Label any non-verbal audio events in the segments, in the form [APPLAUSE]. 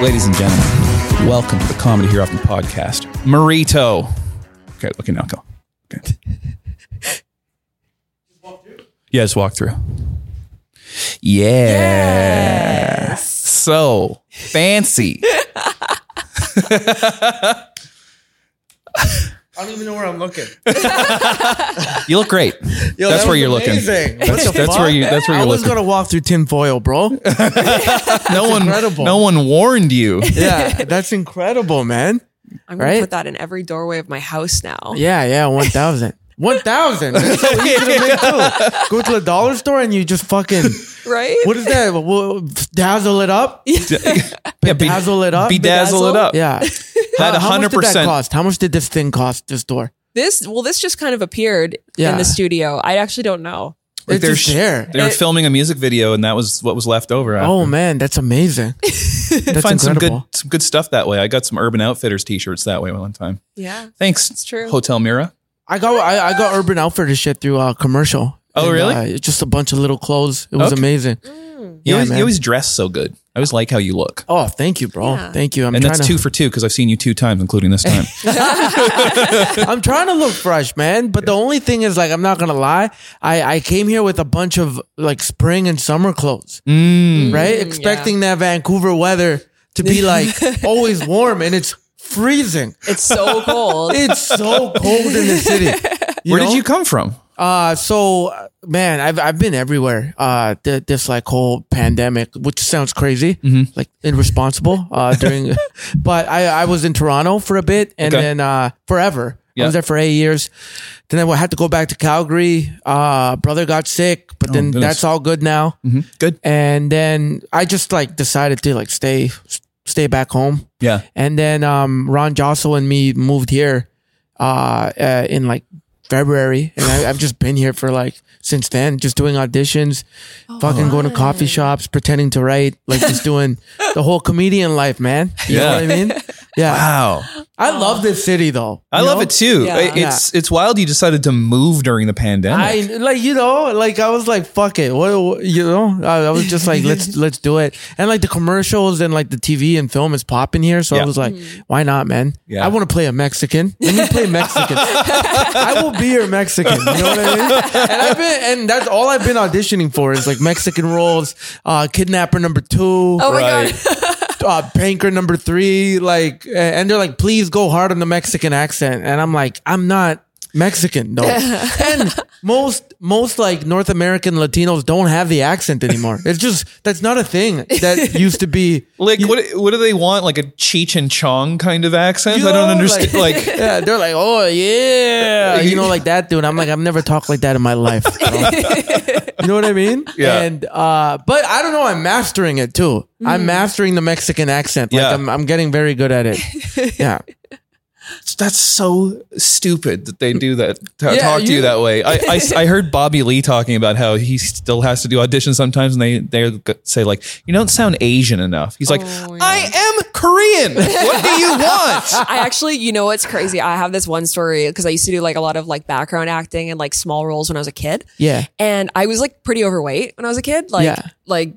ladies and gentlemen. Welcome to the Comedy Here Often podcast. Marito. Okay, okay, now go. Okay. Yeah, just walk through. Yeah. So fancy. I don't even know where I'm looking. You look [LAUGHS] great. that's where you're looking. That's, that's where you. That's where I you're was looking. gonna walk through [LAUGHS] tinfoil, bro. no one. incredible. No one warned [LAUGHS] you. Yeah, that's incredible, man. I'm gonna Right? put that in every doorway of my house now. Yeah, yeah, one thousand. [LAUGHS] One thousand. That's so easy to make too. Go to the dollar store and you just fucking Right? what is that? Well, dazzle it up. Yeah, be- Dazzle it up. Bedazzle it up. [LAUGHS] Yeah. Uh, That How- how much did 100%. that cost? How much did this thing cost? This door? This well, this just kind of appeared Yeah. in the studio. I actually don't know. Like It's just sh- there. They were It- filming a music video, and that was what was left over. after. Oh man, [LAUGHS] that's amazing. That's find some good incredible. some good stuff that way. I got some Urban Outfitters T-shirts that way one time. Yeah. Thanks. It's true. Hotel Mira. I got I, I got Urban Outfitters shit through uh, commercial. Oh, really? uh, it's just a bunch of little clothes. It was Okay. amazing. You, Yeah, always, you man. always dress so good. I always like how you look. Oh, thank you, bro. Yeah. Thank you. I'm and trying that's to. [LAUGHS] two for two because I've seen you two times, including this time. I'm trying to look fresh, man. But the only thing is, like, I'm not gonna lie. I I came here with a bunch of like spring and summer clothes, Mm. right? yeah. Expecting that Vancouver weather to be [LAUGHS] like always warm, and it's freezing. [LAUGHS] It's so cold. It's so cold in the city. Where know? did you come from? Uh, so uh, man, I've I've been everywhere. Uh, th- this like whole pandemic, which sounds crazy, Mm-hmm. like irresponsible. [LAUGHS] Uh, during, but I I was in Toronto for a bit, and Okay. then uh forever. I Yeah. was there for eight years. Then I had to go back to Calgary. Uh, brother got sick, but then Oh, goodness. Mm-hmm. that's all good now. Good. And then I just like decided to like stay stay back home. Yeah. And then um, Ron Jossel and me moved here uh, uh, in like February, and I, I've just been here for like since then, just doing auditions, fucking going to coffee shops, pretending to write, like just doing the whole comedian life, man. You know Yeah. what I [LAUGHS] mean? Yeah, Wow. I love this city though. I you love know? it too. Yeah. I- It's it's wild you decided to move during the pandemic. I like you know like I was like fuck it what, what- you know I, I was just like [LAUGHS] let's let's do it and like the commercials and like the TV and film is popping here so Yeah. I was like why not man Yeah. I want to play a Mexican let me play Mexican I will be your Mexican you know what I mean and I've been and that's all I've been auditioning for is like Mexican roles uh kidnapper number two Oh my right. god. uh, banker number three, like, uh, and they're like, please go hard on the Mexican accent. And I'm like, I'm not [LAUGHS] Mexican though. and most, most like North American Latinos don't have the accent anymore. It's just, that's not a thing that used to be. [LAUGHS] [LAUGHS] like what what do they want? Like a Cheech and Chong kind of accent? I don't know, understand. Like, [LAUGHS] yeah, they're like, [LAUGHS] oh yeah, you know, like that dude. I'm like, I've never talked like that in my life. [LAUGHS] bro. you know what I mean? Yeah. And uh, but I don't know. I'm mastering it too. I'm mastering the Mexican accent. Like Mm. Yeah. I'm, I'm getting very good at [LAUGHS] it. Yeah. that's so stupid that they do that to Yeah, talk to you you- that way I, I I heard bobby lee talking about how he still has to do auditions sometimes and they they say like you don't sound asian enough he's like i am korean what do you [LAUGHS] want I actually, you know what's crazy? I have this one story because I used to do like a lot of like background acting and like small roles when I was a kid. Yeah. And I was like pretty overweight when I was a kid. Like Yeah. like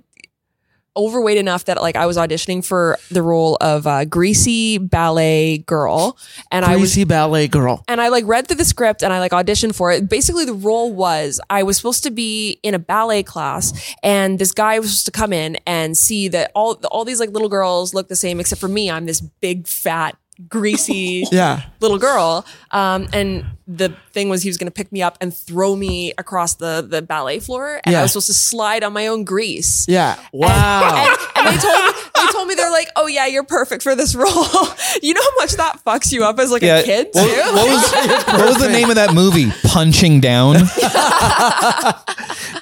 overweight enough that like I was auditioning for the role of a greasy ballet girl. And I was Greasy ballet girl. and I like read through the script and I like auditioned for it. Basically, the role was I was supposed to be in a ballet class, and this guy was supposed to come in and see that all all these like little girls look the same except for me. I'm this big fat greasy [LAUGHS] Yeah. little girl. Um, and the thing was he was going to pick me up and throw me across the the ballet floor, and Yeah. I was supposed to slide on my own grease. Yeah. Wow. And they told me, they told me they're like, oh yeah, you're perfect for this role. [LAUGHS] you know how much that fucks you up as like a kid too. what, what was, what was the name of that movie punching down [LAUGHS]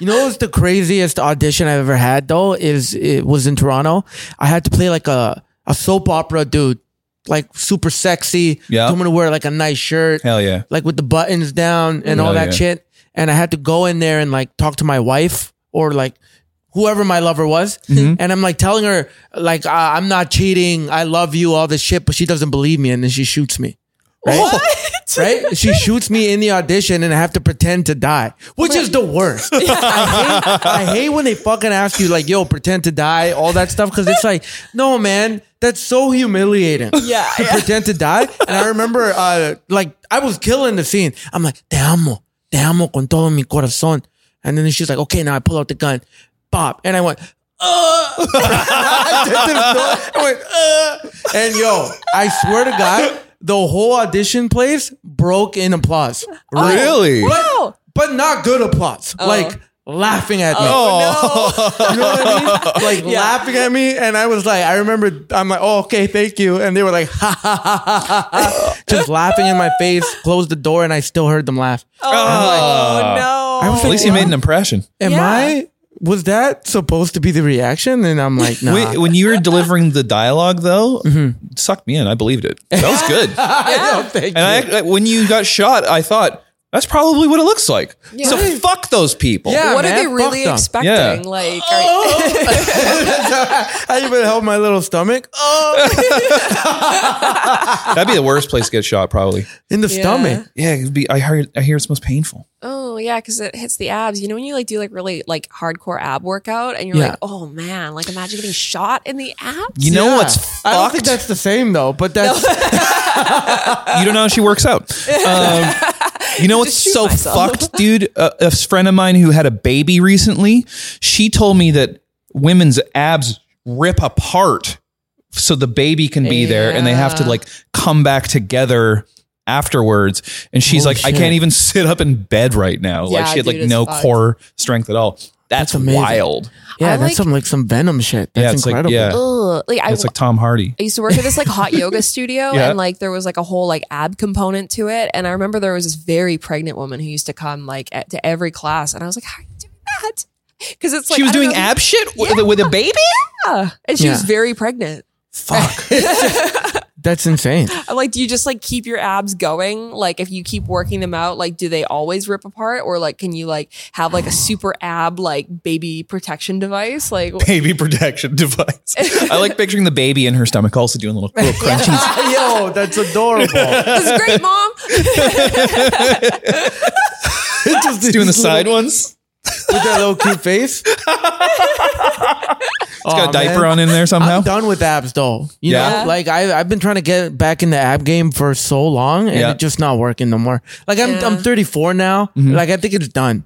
you know what's the craziest audition I've ever had though is it was in Toronto. I had to play like a a soap opera dude, like super sexy. Yeah. Someone to wear like a nice shirt. hell yeah like with the buttons down and all Hell that yeah. shit. And I had to go in there and like talk to my wife or like whoever my lover was. Mm-hmm. And I'm like telling her, like, uh, I'm not cheating. I love you, all this shit. But she doesn't believe me. And then she shoots me. Right? What? Right? She shoots me in the audition and I have to pretend to die, which is the [LAUGHS] worst. I, hate, I hate when they fucking ask you, like, yo, pretend to die, all that stuff. Cause it's like, no, man, that's so humiliating. Yeah, [LAUGHS] To yeah. pretend to die. And I remember, uh, like, I was killing the scene. I'm like, te amo, te amo con todo mi corazón. And then she's like, okay, now I pull out the gun, pop. And I went, uh, [LAUGHS] I just didn't know. I went, uh. And yo, I swear to God, the whole audition place broke in applause. Oh, Really? Wow. But not good applause. Like laughing at me. Oh. Oh, You know what I mean? [LAUGHS] Like Yeah. laughing at me. And I was like, I remember, I'm like, oh, okay, thank you. And they were like, [LAUGHS] ha ha ha ha ha. ha. Just laughing in my face, closed the door, and I still heard them laugh. Oh. Oh, no. I was At least you made an impression. Am Yeah. I, was that supposed to be the reaction? And I'm like, nah. Wait, when you were delivering the dialogue, though, it sucked me in. I believed it. That was good. [LAUGHS] I know, thank you. and I, when you got shot, I thought that's probably what it looks like. Yeah. So fuck those people. Yeah. what man, are they fuck really them. expecting? Yeah. Like, are- [LAUGHS] [LAUGHS] I even held my little stomach. Oh, that'd be the worst place to get shot, probably. in the stomach. [LAUGHS] Yeah, it'd be. I heard. I hear it's most painful. oh yeah, because it hits the abs. You know when you like do like really like hardcore ab workout, and you're Yeah. like, oh man, like imagine getting shot in the abs. You know Yeah. what's fucked? I don't think that's the same though, but [LAUGHS] that's you don't know how she works out. Um, you know what's shoot so myself. fucked, dude? A, a friend of mine who had a baby recently, she told me that women's abs rip apart so the baby can be there and they have to Yeah. like come back together afterwards. And she's Oh, like, I shit. can't even sit up in bed right now. like Yeah, she had like dude, it's no fucked. core strength at all. That's, amazing. wild. yeah, I that's like- some like some venom shit. That's yeah, it's incredible. like yeah. Ugh. Like I, It's like Tom Hardy. I used to work at this like hot yoga [LAUGHS] studio Yeah. and like there was like a whole like ab component to it. And I remember there was this very pregnant woman who used to come like at, to every class and I was like, how are you doing that? Because it's like she was I don't doing know. ab shit with, with a baby? Yeah. And she was Yeah. very pregnant. Fuck. [LAUGHS] That's insane. I'm like, do you just like keep your abs going? Like if you keep working them out, like do they always rip apart? Or like can you like have like a super ab like baby protection device? Like [LAUGHS] baby protection [LAUGHS] device. I like picturing the baby in her stomach also doing little, little crunchies. Yo, [LAUGHS] that's adorable. this is great, mom. [LAUGHS] Just doing the side ones. With that little cute face. [LAUGHS] It's It's got a diaper on in there somehow. I'm done with abs though. You Yeah. know, like I, I've been trying to get back in the ab game for so long and Yeah. it's just not working no more. Like I'm, Yeah. I'm 34 now. Mm-hmm. Like I think it's done.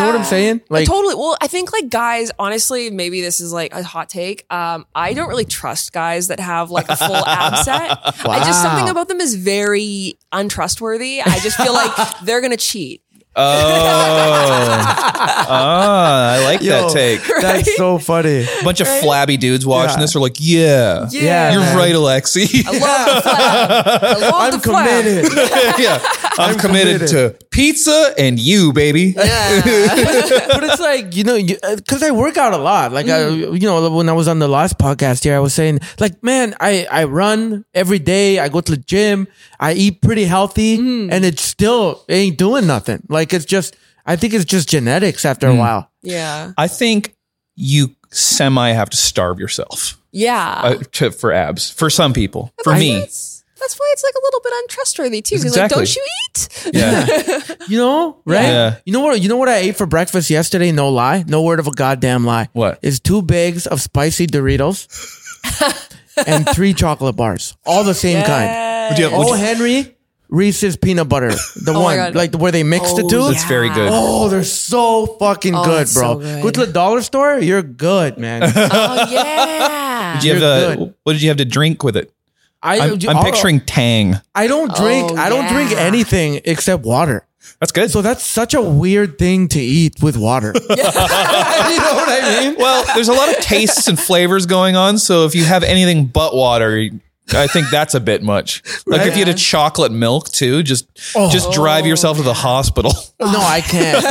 [LAUGHS] You know what I'm saying? Like, totally. Well, I think like guys, honestly, maybe this is like a hot take. Um, I don't really trust guys that have like a full ab set. [LAUGHS] I just something Wow. about them is very untrustworthy. I just [LAUGHS] feel like they're gonna cheat. Oh. Ah, I like that Yo. take. [LAUGHS] that's so [LAUGHS] funny. A bunch of flabby dudes watching Yeah. this are like, yeah. Yeah, You're man. right, Alexi. [LAUGHS] I love the flab. [LAUGHS] I love I'm the flab. committed. yeah. I'm, committed, to pizza and you, baby. Yeah. [LAUGHS] but it's like you know because i work out a lot like I, Mm. you know when i was on the last podcast here i was saying like man i i run every day i go to the gym i eat pretty healthy Mm. and it still ain't doing nothing like it's just i think it's just genetics after Mm. a while yeah. [LAUGHS] I think you semi have to starve yourself Yeah. uh, to, for abs for some people. For That's me. why it's- That's why it's like a little bit untrustworthy too. 'cause, like, Exactly. don't you eat? [LAUGHS] Yeah. you know right Yeah. you know what you know what i ate for breakfast yesterday no lie no word of a goddamn lie What? is two bags of spicy [LAUGHS] doritos and three chocolate bars all the same kind Would you- would Oh you- Henry Reese's peanut [LAUGHS] butter, the Oh my one God. like where they mixed the two. That's very good. Oh, they're so fucking good, Oh, it's bro. so good. Go to the dollar store, you're good, [LAUGHS] man. Oh yeah. Did [LAUGHS] you have You're uh, good. what did you have to drink with it? I, I'm, I'm I- picturing Tang. I don't drink. Oh, I don't drink yeah. anything except water. That's good. So that's such a weird thing to eat with [LAUGHS] water. you know what I mean? well, there's a lot of tastes and flavors going on. So if you have anything but water, I think that's a bit much. Like if you had a chocolate milk too, just Oh. just drive yourself to the hospital. [LAUGHS] No, I [LAUGHS] can't.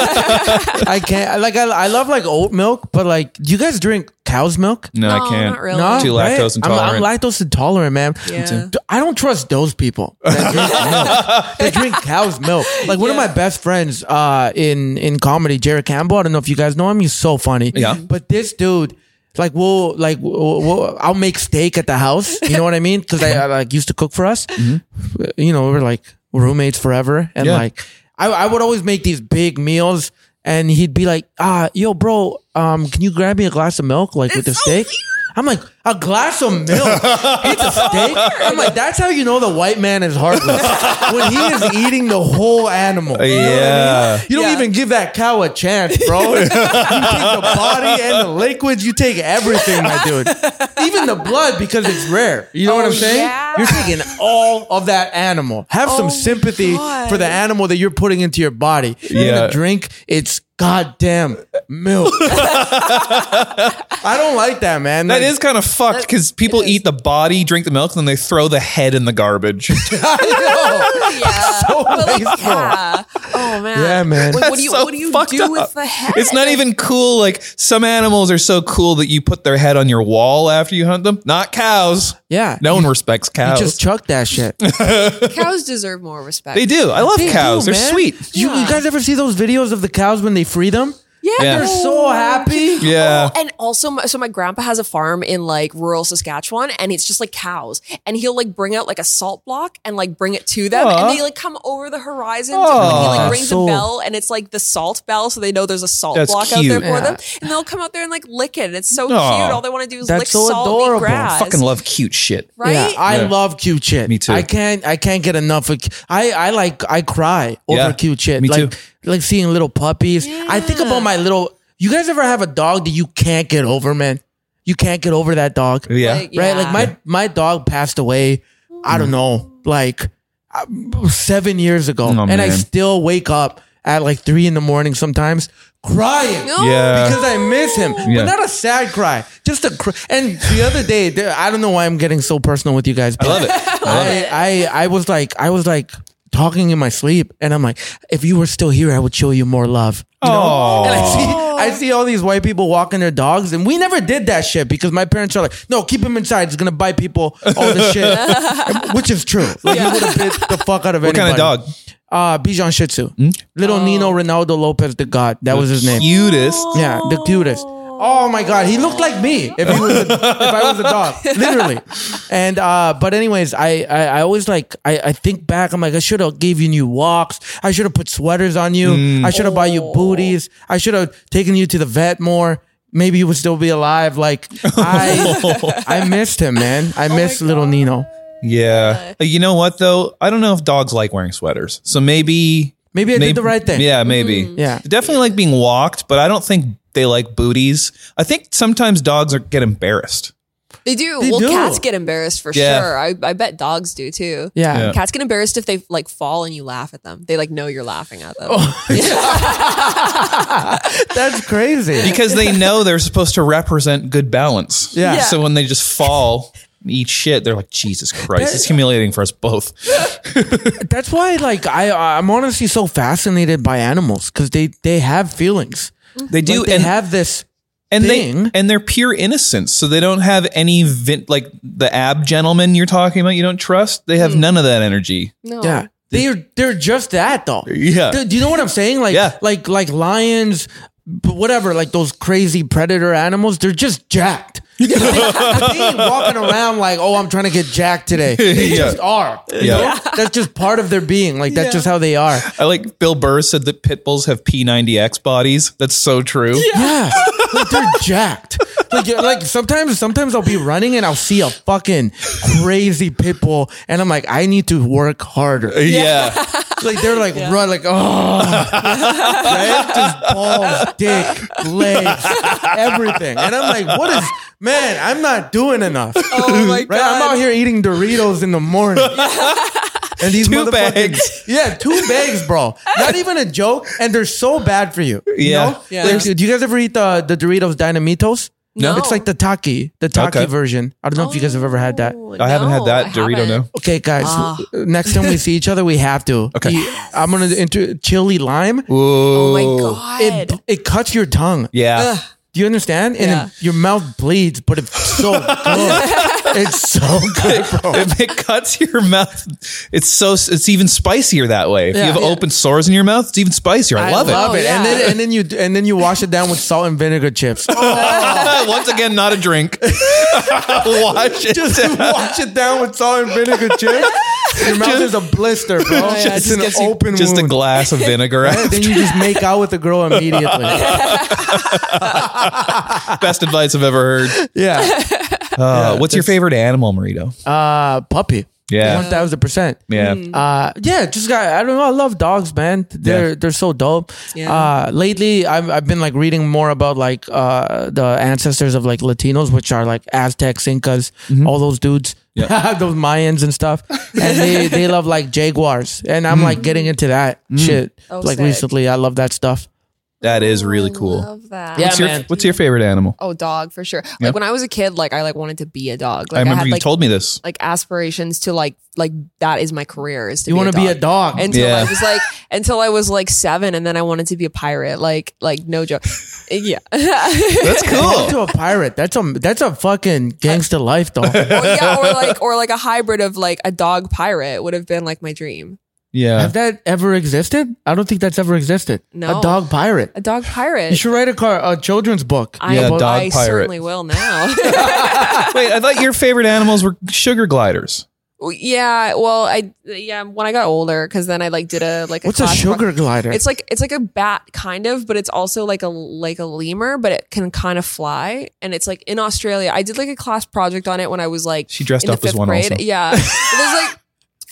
I can't. I- Like I, I love like oat milk, but like, do you guys drink cow's milk? No, No, I can't. Uh, not really. No, Too right? lactose I'm- intolerant. I'm, lactose intolerant, man. Yeah. I don't trust those people. That [LAUGHS] drink milk. they drink cow's milk. Like one of my best friends uh, in in comedy, Jared Campbell. I don't know if you guys know him. He's so funny. Yeah. But this dude. like we'll like we'll, we'll, I'll make steak at the house. You know what I mean? Because I, I, like used to cook for us. You know, we were like roommates forever, Mm-hmm. and Yeah. like I, I would always make these big meals, and he'd be like, "Ah, yo, bro, um, can you grab me a glass of milk like with the steak?" I'm like, a glass [LAUGHS] of milk. It's a steak. I'm like, that's how you know the white man is heartless. when he is eating the whole animal. You know what I mean? Yeah. You don't Yeah. even give that cow a chance, [LAUGHS] bro. you take the body and the liquids. You take everything, my dude. Even the blood because it's rare. You know what I'm saying? Oh, yeah. You're taking all of that animal. Have Oh some my sympathy God. for the animal that you're putting into your body. You're Yeah. gonna drink its goddamn [LAUGHS] milk. I don't like that, man. That Like, is kind of fucked because people eat the body, drink the milk, and then they throw the head in the [LAUGHS] garbage. I know. Yeah. So But, like, wasteful. yeah. Oh man. Yeah, man. Like, what do you so what do you fucked do up. with the head? It's not even cool. Like some animals are so cool that you put their head on your wall after you hunt them. Not cows. Yeah. No one respects cows. Just chuck that shit. cows deserve more respect. they do. [LAUGHS] I love They cows. do, They're man. sweet. You, you guys ever see those videos of the cows when they free them? Yeah. Yeah. They're so Oh, happy. Yeah. Oh, And also, my, so my grandpa has a farm in like rural Saskatchewan, and it's just like cows. And he'll like bring out like a salt block and like bring it to them, Aw. and they like come over the horizon. To, Aw. and he like That's rings so- a bell, and it's like the salt bell, so they know there's a salt That's block out there cute. for Yeah. them. And they'll come out there and like lick it. It's so Aw. cute. All they want to do is That's lick so salt and eat adorable. grass. Fucking love cute shit. right? Yeah, I Yeah. love cute shit. Me too. I can't. I can't get enough. Of, I I like. I cry over Yeah, cute shit. me like too. like seeing little puppies. I think Yeah. about my little. You guys ever have a dog that you can't get over, man? You can't get over that dog, Yeah. Like, right? yeah. Like my my dog passed away. I don't know, like uh, seven years ago, Oh, and I man. still wake up at like three in the morning sometimes crying. No. Yeah. because I miss him. Yeah. But not a sad cry, just a cry. And the other day, there- I don't know why I'm getting so personal with you guys. But I love [LAUGHS] it. I love I, I, was like, I was like talking in my sleep, and I'm like, if you were still here, I would show you more love. You know? Aw. And I [LAUGHS] see, I see all these white people walking their dogs, and we never did that shit because my parents are like, "No, keep him inside. He's gonna bite people." All this shit, which is true. Like, he would have bit the fuck out of What kind of dog? anybody. Hmm? Uh, Bichon Shih Tzu, little Nino Ronaldo Lopez the God. That was his name. Cutest. Yeah, the cutest. Oh my god, he looked like me if he was a, if I was a dog, literally. And uh, but anyways, I I, I always like I, I think back. I'm like I should have gave you new walks. I should have put sweaters on you. I should have bought you booties. I should have taken you to the vet more. Maybe you would still be alive. Like I I missed him, man. I missed little Nino. Yeah. Uh, You know what though? I don't know if dogs like wearing sweaters. So maybe Maybe I did the right thing. Yeah, maybe. Yeah. They definitely like being walked, but I don't think they like booties. I think sometimes dogs are get embarrassed. They do. They well, do. cats get embarrassed for Yeah. sure. I, I bet dogs do too. Yeah. Yeah. Cats get embarrassed if they like fall and you laugh at them. They like know you're laughing at them. Oh. That's crazy. Because they know they're supposed to represent good balance. Yeah. Yeah. So when they just fall and eat shit, they're like, Jesus Christ, it's humiliating for us both. That's why like I I'm honestly so fascinated by animals because they they have feelings. They do Like, they and have this and thing. they and they're pure innocence. So they don't have any vin- like the ab gentleman you're talking about you don't trust. They have none of that energy. No. [LAUGHS] Yeah. They're they're just that though. Yeah. Do, do you know what I'm saying? Like Yeah. like like lions, b- whatever, like those crazy predator animals, they're just jacked. they, they ain't walking around like, oh, I'm trying to get jacked today. They [LAUGHS] Yeah. just are. you Yeah. know? That's just part of their being. Like that's just how they are. I like Bill Burr said that pit bulls have P90X bodies. That's so true. Yeah. like they're jacked. Like, you're- like sometimes, sometimes I'll be running and I'll see a fucking crazy pit bull, and I'm like, I need to work harder. Yeah. [LAUGHS] Like they're like run like [LAUGHS] oh, right? Just balls, dick, legs, everything, and I'm like, what is man? I'm not doing enough. Oh my god. Right, I'm out here eating Doritos in the morning. And these Two motherfucking- bags. yeah, two bags, bro. Not even a joke, and they're so bad for you. you Yeah. know? Yeah. Like, do you guys ever eat the, the Doritos Dynamitos? No. it's like the taki, the taki Okay. version. I don't know if you guys have ever had that. I haven't had that Dorito, haven't. no. Okay, guys. Oh. Ah. Next time we see each other, we have to. Okay. Eat- I'm gonna enter chili lime. [LAUGHS] Oh my god. It it cuts your tongue. Yeah. Do Do you understand? And Yeah. your mouth bleeds, but it's [LAUGHS] so good. it's so good, bro. if it cuts your mouth, it's so it's even spicier that way. If Yeah. you have Yeah. open sores in your mouth, it's even spicier. I, love, Love Oh, it. And yeah. then and then you and then you wash it down with salt and vinegar chips. [LAUGHS] Oh, [LAUGHS] it. [LAUGHS] Once again, not a drink. [LAUGHS] Watch it. just wash it down with salt and vinegar chips. Your mouth is a blister, bro. Oh, yeah, Oh, it's just an Gets you open [LAUGHS] just wound. a glass of [LAUGHS] vinegar. then you just make out with the girl immediately. [LAUGHS] Best advice I've ever heard. yeah. Uh, what's your favorite animal, Marito? Uh, puppy. Yeah. One thousand percent. yeah. Uh, yeah, just got. I don't know. I love dogs, man. They're Yeah. they're so dope. Yeah. Uh, lately, I've I've been like reading more about like uh the ancestors of like Latinos, which are like Aztecs, Incas, all those dudes, [LAUGHS] those Mayans and stuff, and [LAUGHS] they they love like jaguars, and I'm like getting into that shit. Oh, like sick. recently, I love that stuff. That is really I cool. love that. Yeah, What's your, man. what's your favorite animal? Oh, dog for sure. Yeah. Like when I was a kid, like I like wanted to be a dog. Like I remember had you like told me this. like aspirations to like like that is my career is to You want to be a dog? until Yeah. I was like [LAUGHS] until I was like seven, and then I wanted to be a pirate. Like like [LAUGHS] no joke. Yeah. [LAUGHS] That's Turn cool. into a pirate. That's a that's a fucking gangster life, though. [LAUGHS] or, yeah, or like or like a hybrid of like a dog pirate would have been like my dream. Yeah. [LAUGHS] Have that ever existed? I don't think that's ever existed. No. a dog pirate. A dog pirate. You should write a car a children's book. I, Yeah, dog I pirate. certainly will now. [LAUGHS] Wait, I thought your favorite animals were sugar gliders. yeah, well, I yeah when I got older because then I like did a like a What's a class pro- sugar glider? It's like it's like a bat kind of, but it's also like a like a lemur, but it can kind of fly. And it's like in Australia, I did like a class project on it when I was like She dressed in up the as fifth one grade. also. [LAUGHS] Yeah, there's like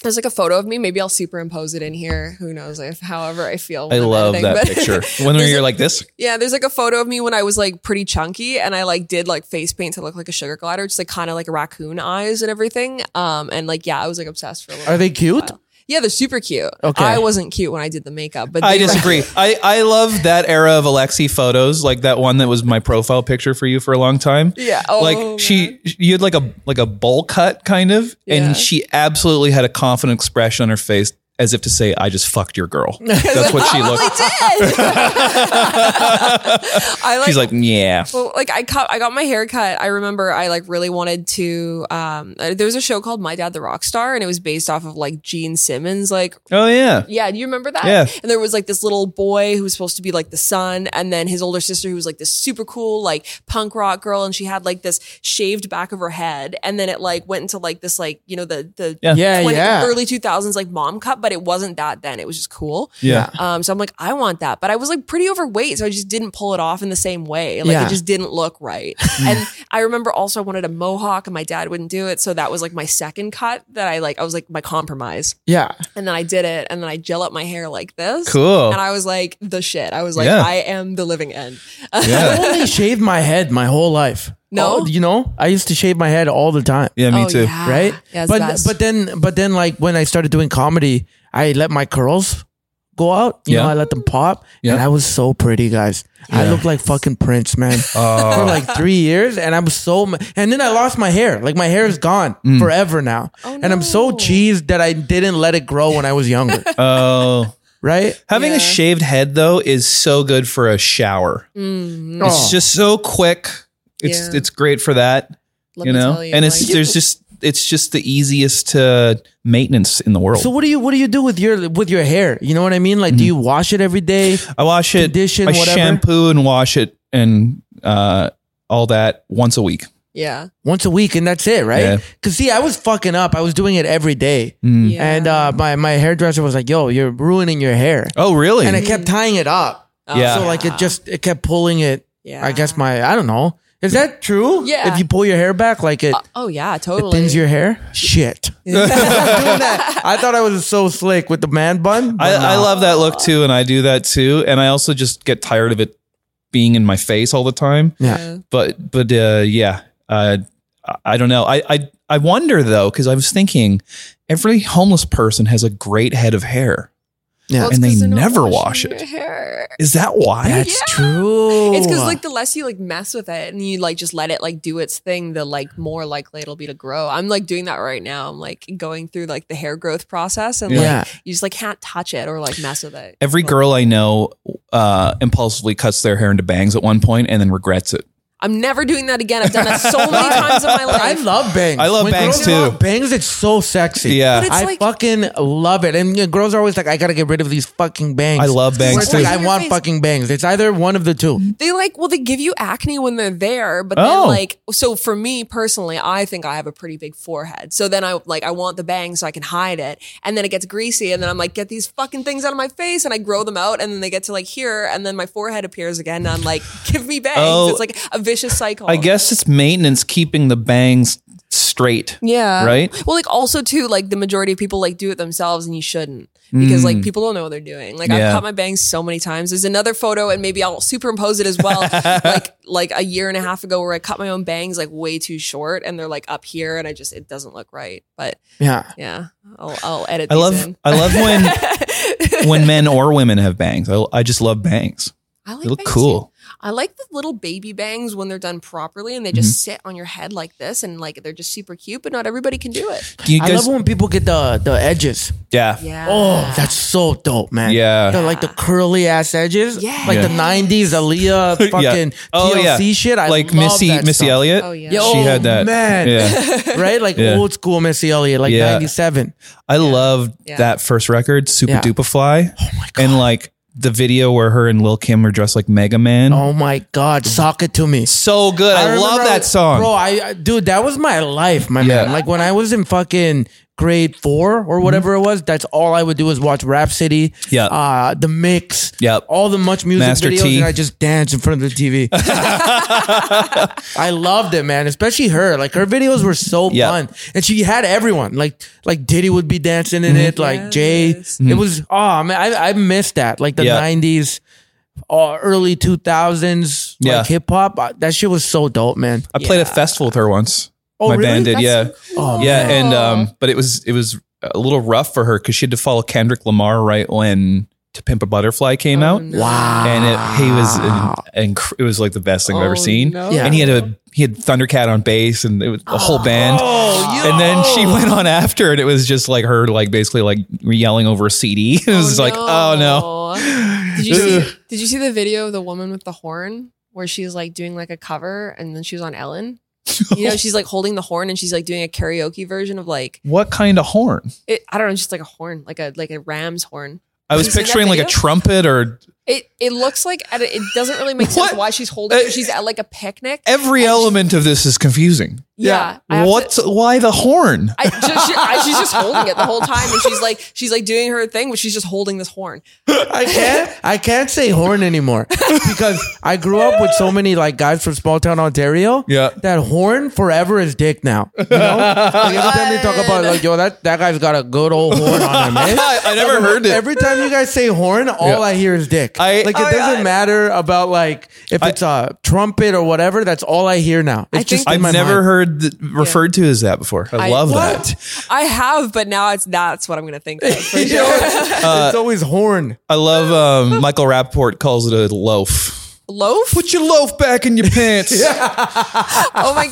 there's like a photo of me. Maybe I'll superimpose it in here. Who knows? If however I feel. I when I'm love editing, that but- picture. [LAUGHS] When There's you're a- like this, yeah, there's like a photo of me when I was like pretty chunky and I like did like face paint to look like a sugar glider, just like kind of like raccoon eyes and everything. Um, and like yeah, I was like obsessed for a little. Are they cute? yeah, they're super cute. Okay. I wasn't cute when I did the makeup, but I they- [LAUGHS] disagree. I, I love that era of Alexi photos, like that one that was my profile picture for you for a long time. Yeah. Oh, like she, you had like a like a bowl cut kind of, Yeah. and she absolutely had a confident expression on her face, as if to say, "I just fucked your [LAUGHS] girl." That's what she probably looked. did. I like, She's like, "Yeah." well, like I cut, I got my hair cut. I remember I like really wanted to. Um, uh, there was a show called My Dad the Rock Star, and it was based off of like Gene Simmons. Like, Oh yeah. yeah, do you remember that? Yeah. And there was like this little boy who was supposed to be like the son, and then his older sister who was like this super cool like punk rock girl, and she had like this shaved back of her head, and then it like went into like this like you know the the Yeah. Yeah, 20 yeah. early two thousands like mom cut, but it wasn't that then. It was just cool. Yeah. Um, so I'm like, I want that, but I was like pretty overweight, so I just didn't pull it off in the same way. Like Yeah. it just didn't look [LAUGHS] right. and I remember also I wanted a mohawk, and my dad wouldn't do it, so that was like my second cut that I like. I was like my compromise, Yeah. and then I did it, and then I gel up my hair like this. Cool. And I was like the shit. I was like, Yeah. I am the living end. [LAUGHS] I Yeah. only shaved my head my whole life. No? Oh, you know, I used to shave my head all the time. Yeah. Me [LAUGHS] Oh, too. yeah. Right? Yeah, it's but best. but then but then like when I started doing comedy, I let my curls go out. You Yeah. know, I let them pop. Yeah. And I was so pretty, guys. I looked like fucking Prince, man. For [LAUGHS] Oh. like three years, and I'm so, ma- and then I lost my hair. Like my hair is gone Mm. forever now, and I'm so no. cheesed that I didn't let it grow when I was [LAUGHS] younger. oh. right? [LAUGHS] Having Yeah. a shaved head though is so good for a shower. It's Mm-hmm. Oh. just so quick. It's Yeah. it's great for that, Let you me know. tell you, and it's like- there's just it's just the easiest uh, maintenance in the world. So what do you what do you do with your with your hair? You know what I mean? Like, do you wash it every day? I wash it, Condition, Mm-hmm. I whatever. shampoo and wash it, and uh, all that once a week. yeah. Once a week, and that's it, right? Yeah. Cause see, I was fucking up. I was doing it every day, Mm. Yeah. and uh, my my hairdresser was like, "Yo, you're ruining your hair," Oh, really? and I kept tying it up. Yeah. So like, it just it kept pulling it. Oh, Yeah. I guess my I don't know. Is that true? Yeah. If you pull your hair back, like it oh yeah, it totally. thins [LAUGHS] your hair. Shit. Doing that, I thought I was so slick with the man bun. but I, I no. love that look too, and I do that too, and I also just get tired of it being in my face all the time. Yeah. but but uh, yeah, uh, I- I don't know. I I, I wonder though because I was thinking every homeless person has a great head of hair. Yeah. Well, it's and they 'cause they're not never washing wash it. your hair. Is that why? That's true. It's because like the less you like mess with it and you like just let it like do its thing, the like more likely it'll be to grow. I'm like doing that right now. I'm like going through like the hair growth process and Yeah. like you just like can't touch it or like mess with it. Every But girl I know uh, impulsively cuts their hair into bangs at one point and then regrets it. I'm never doing that again. I've done that so many [LAUGHS] times in my I life. love bangs. I love bangs, girls too. love bangs, it's so sexy. Yeah. But it's I like- fucking love it. And you know, girls are always like, I gotta get rid of these fucking bangs. I love bangs It's like, too. I want fucking bangs. It's either one of the two. they like well they give you acne when they're there but Oh. then like so for me personally i think i have a pretty big forehead so then i like i want the bang so i can hide it and then it gets greasy and then i'm like get these fucking things out of my face and i grow them out and then they get to like here and then my forehead appears again and i'm like [LAUGHS] give me bangs Oh. it's like a vicious cycle I guess it's maintenance keeping the bangs straight. yeah Right? well like also too like the majority of people like do it themselves and you shouldn't because like people don't know what they're doing like Mm. Yeah. i've cut my bangs so many times there's another photo and maybe i'll superimpose it as [LAUGHS] well like like a year and a half ago where i cut my own bangs like way too short and they're like up here and i just it doesn't look right but Yeah. yeah i'll, I'll edit I these love in. I love when when men or women have bangs. I, I just love bangs. [LAUGHS] I like They look bangs, cool. too. i like the little baby bangs when they're done properly and they just Mm-hmm. sit on your head like this and like they're just super cute but not everybody can do it Do you I guys? love when people get the the edges. yeah. yeah Oh, that's so dope, man. Yeah. The, like the curly ass edges. Yeah. Like the Yeah. [LAUGHS] 90s Yeah. Oh, Aaliyah fucking TLC shit. I like love Missy that Missy stuff. Elliott. Oh, yeah. She Yo, had that. man. [LAUGHS] Yeah. right? [LAUGHS] Like Yeah. old school Missy Elliott, like Yeah. 97. I loved Yeah. that first record, Super Yeah. Duper Fly. Oh my god. And like the video where her and Lil Kim are dressed like Mega Man. Oh my God, sock it to me. So good. I, remember love that was- song. bro. I I- dude, that was my life, my Yeah. man. Like when I was in fucking grade four or whatever it was, that's all I would do is watch Rhapsody, Mm-hmm. Yeah. uh, the mix, Yep. all the much music Master videos, T. and I just dance in front [LAUGHS] of the TV. [LAUGHS] I loved it, man. Especially her, like her videos were so Yeah. fun, and she had everyone. Like like Diddy would be dancing Mm-hmm. in it, like Jay. Yes. It was oh man, I I missed that, like the Mm. Yeah. nineties. Or uh, early 2000s Yeah. like hip hop uh, that shit was so dope man I played a Yeah. festival with her once. Oh, my really? band did. That's yeah. so cool. Oh, Yeah, man. and um, but it was it was a little rough for her because she had to follow Kendrick Lamar right when "To Pimp a Butterfly" came Oh, out, no. Wow. and it he was an, inc- it was like the best thing I've ever Oh, seen. no. Yeah. And he had a he had Thundercat on bass and it was a whole band. Oh, [LAUGHS] And then she went on after, and it was just like her, like basically like yelling over a CD. [LAUGHS] It was like, oh no, no. Did you Ugh. [LAUGHS] see did you see the video of the woman with the horn where she's like doing like a cover and then she was on Ellen? [LAUGHS] You know, she's like holding the horn and she's like doing a karaoke version of like what kind of horn? it, I don't know, just like a horn, like a like a ram's horn. I was You seen that picturing like a video? trumpet or It it looks like at a, it doesn't really make sense What? why she's holding. Uh, she's at like a picnic. every element of this is confusing. yeah. I have to- What? Why the horn? [LAUGHS] I just, she, I, she's just holding it the whole time, and she's like, she's like doing her thing, but she's just holding this horn. I can't I can't say horn [LAUGHS] anymore because I grew up with so many like guys from small town Ontario. Yeah. that horn forever is dick now. You know, Uh, like every time they talk about like yo that that guy's got a good old horn on him. eh? [LAUGHS] I, I never heard it. Every time you guys say horn, all Yeah. I hear is dick. I- like it Oh, doesn't matter about like if it's a trumpet or whatever. That's all I hear now. It's think- just in I've my never mind. heard th- referred to as that before. I, I- love What? that. I have, but now it's that's what I'm gonna think. Of for [LAUGHS] [LAUGHS] You know, it's, Uh, it's always horn. I love um, Michael Rapport calls it a loaf. Loaf? Put your loaf back in your [LAUGHS] pants. [LAUGHS] Oh my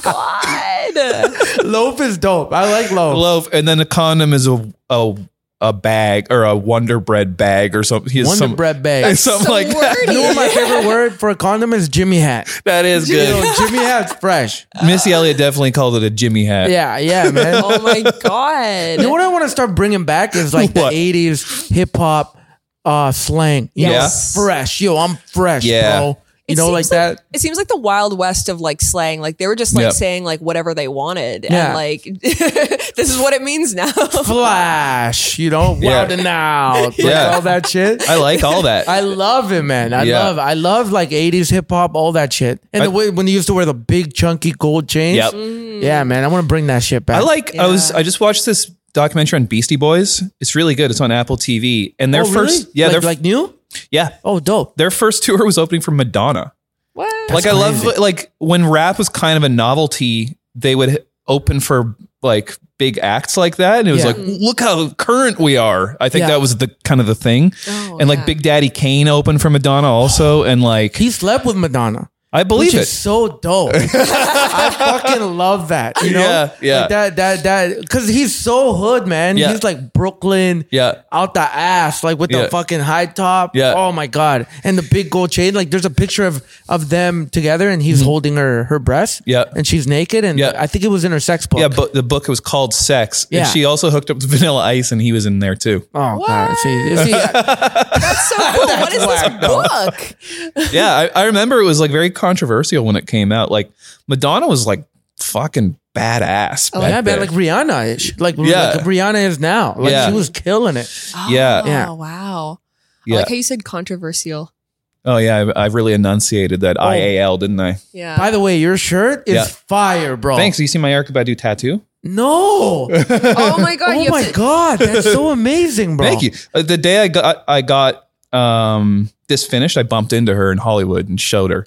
god! Loaf is dope. I like loaf. Loaf, and then a condom is a a, a bag or a Wonder Bread bag or something. He has Wonder some, [LAUGHS] bread bag. and something So like that. wordy. You know what my [LAUGHS] favorite word for a condom is Jimmy hat. That is You good. know, Jimmy hat's fresh. [LAUGHS] Missy Elliott definitely called it a Jimmy hat. Yeah, [LAUGHS] yeah, man. Oh my You know god! what I want to start bringing back is like What? the '80s hip hop uh, slang. You know, Yes. fresh. Yo, I'm fresh, Yeah. bro. You It know, seems like that. It seems like the wild west of like slang. Like they were just like Yep. saying like whatever they wanted, Yeah. and like [LAUGHS] this is what it means now. Flash. You know, Yeah. wilding out. Like Yeah. all that shit. I like all that. [LAUGHS] I love it, man. I Yeah. love, I love like '80s hip hop, all that shit, and I- the way when they used to wear the big chunky gold chains. Mm-hmm. Yep. Yeah, man. I want to bring that shit back. I like. I was. Yeah. I just watched this documentary on Beastie Boys. It's really good. It's on Apple TV. And their Oh, really? first. Yeah. like, their like new. yeah. Oh, dope. Their first tour was opening for Madonna. [LAUGHS] what? like I love like when rap was kind of a novelty, they would open for like big acts like that, and it was Yeah. like, look how current we are. I think Yeah. that was the kind of the thing. Oh, and like yeah. Big Daddy Kane opened for Madonna also, and like He slept with Madonna. I believe it. which is so dope. [LAUGHS] I fucking love that. You know, Yeah, yeah. Like that that that because he's so hood, man. Yeah. He's like Brooklyn, Yeah. out the ass, like with Yeah. the fucking high top. Yeah. Oh my god, and the big gold chain. Like there's a picture of of them together, and he's holding her her breast. Mm-hmm. Yeah. and she's naked, and Yeah. I think it was in her sex book. Yeah, but the book was called Sex, Yeah. and she also hooked up with [LAUGHS] Vanilla Ice, and he was in there too. Oh god, [LAUGHS] see, see, That's so cool. what is this book? yeah, I, I remember it was like very controversial when it came out. Like Madonna was like fucking badass. Oh, back yeah, man, then. like Rihanna ish, like, Yeah. like Rihanna is now. Like Yeah. she was killing it. Yeah. Oh, Yeah. wow. I Yeah. like how you said controversial. oh yeah, I, I really enunciated that Oh. IAL, didn't I? Yeah. By the way, your shirt is Yeah. fire, bro. Thanks. You see my Erica Badu tattoo? No. oh my god. you oh have my [LAUGHS] to- god, that's [LAUGHS] so amazing, bro. Thank you. Uh, the day I got I got um this finished, I bumped into her in Hollywood and showed her.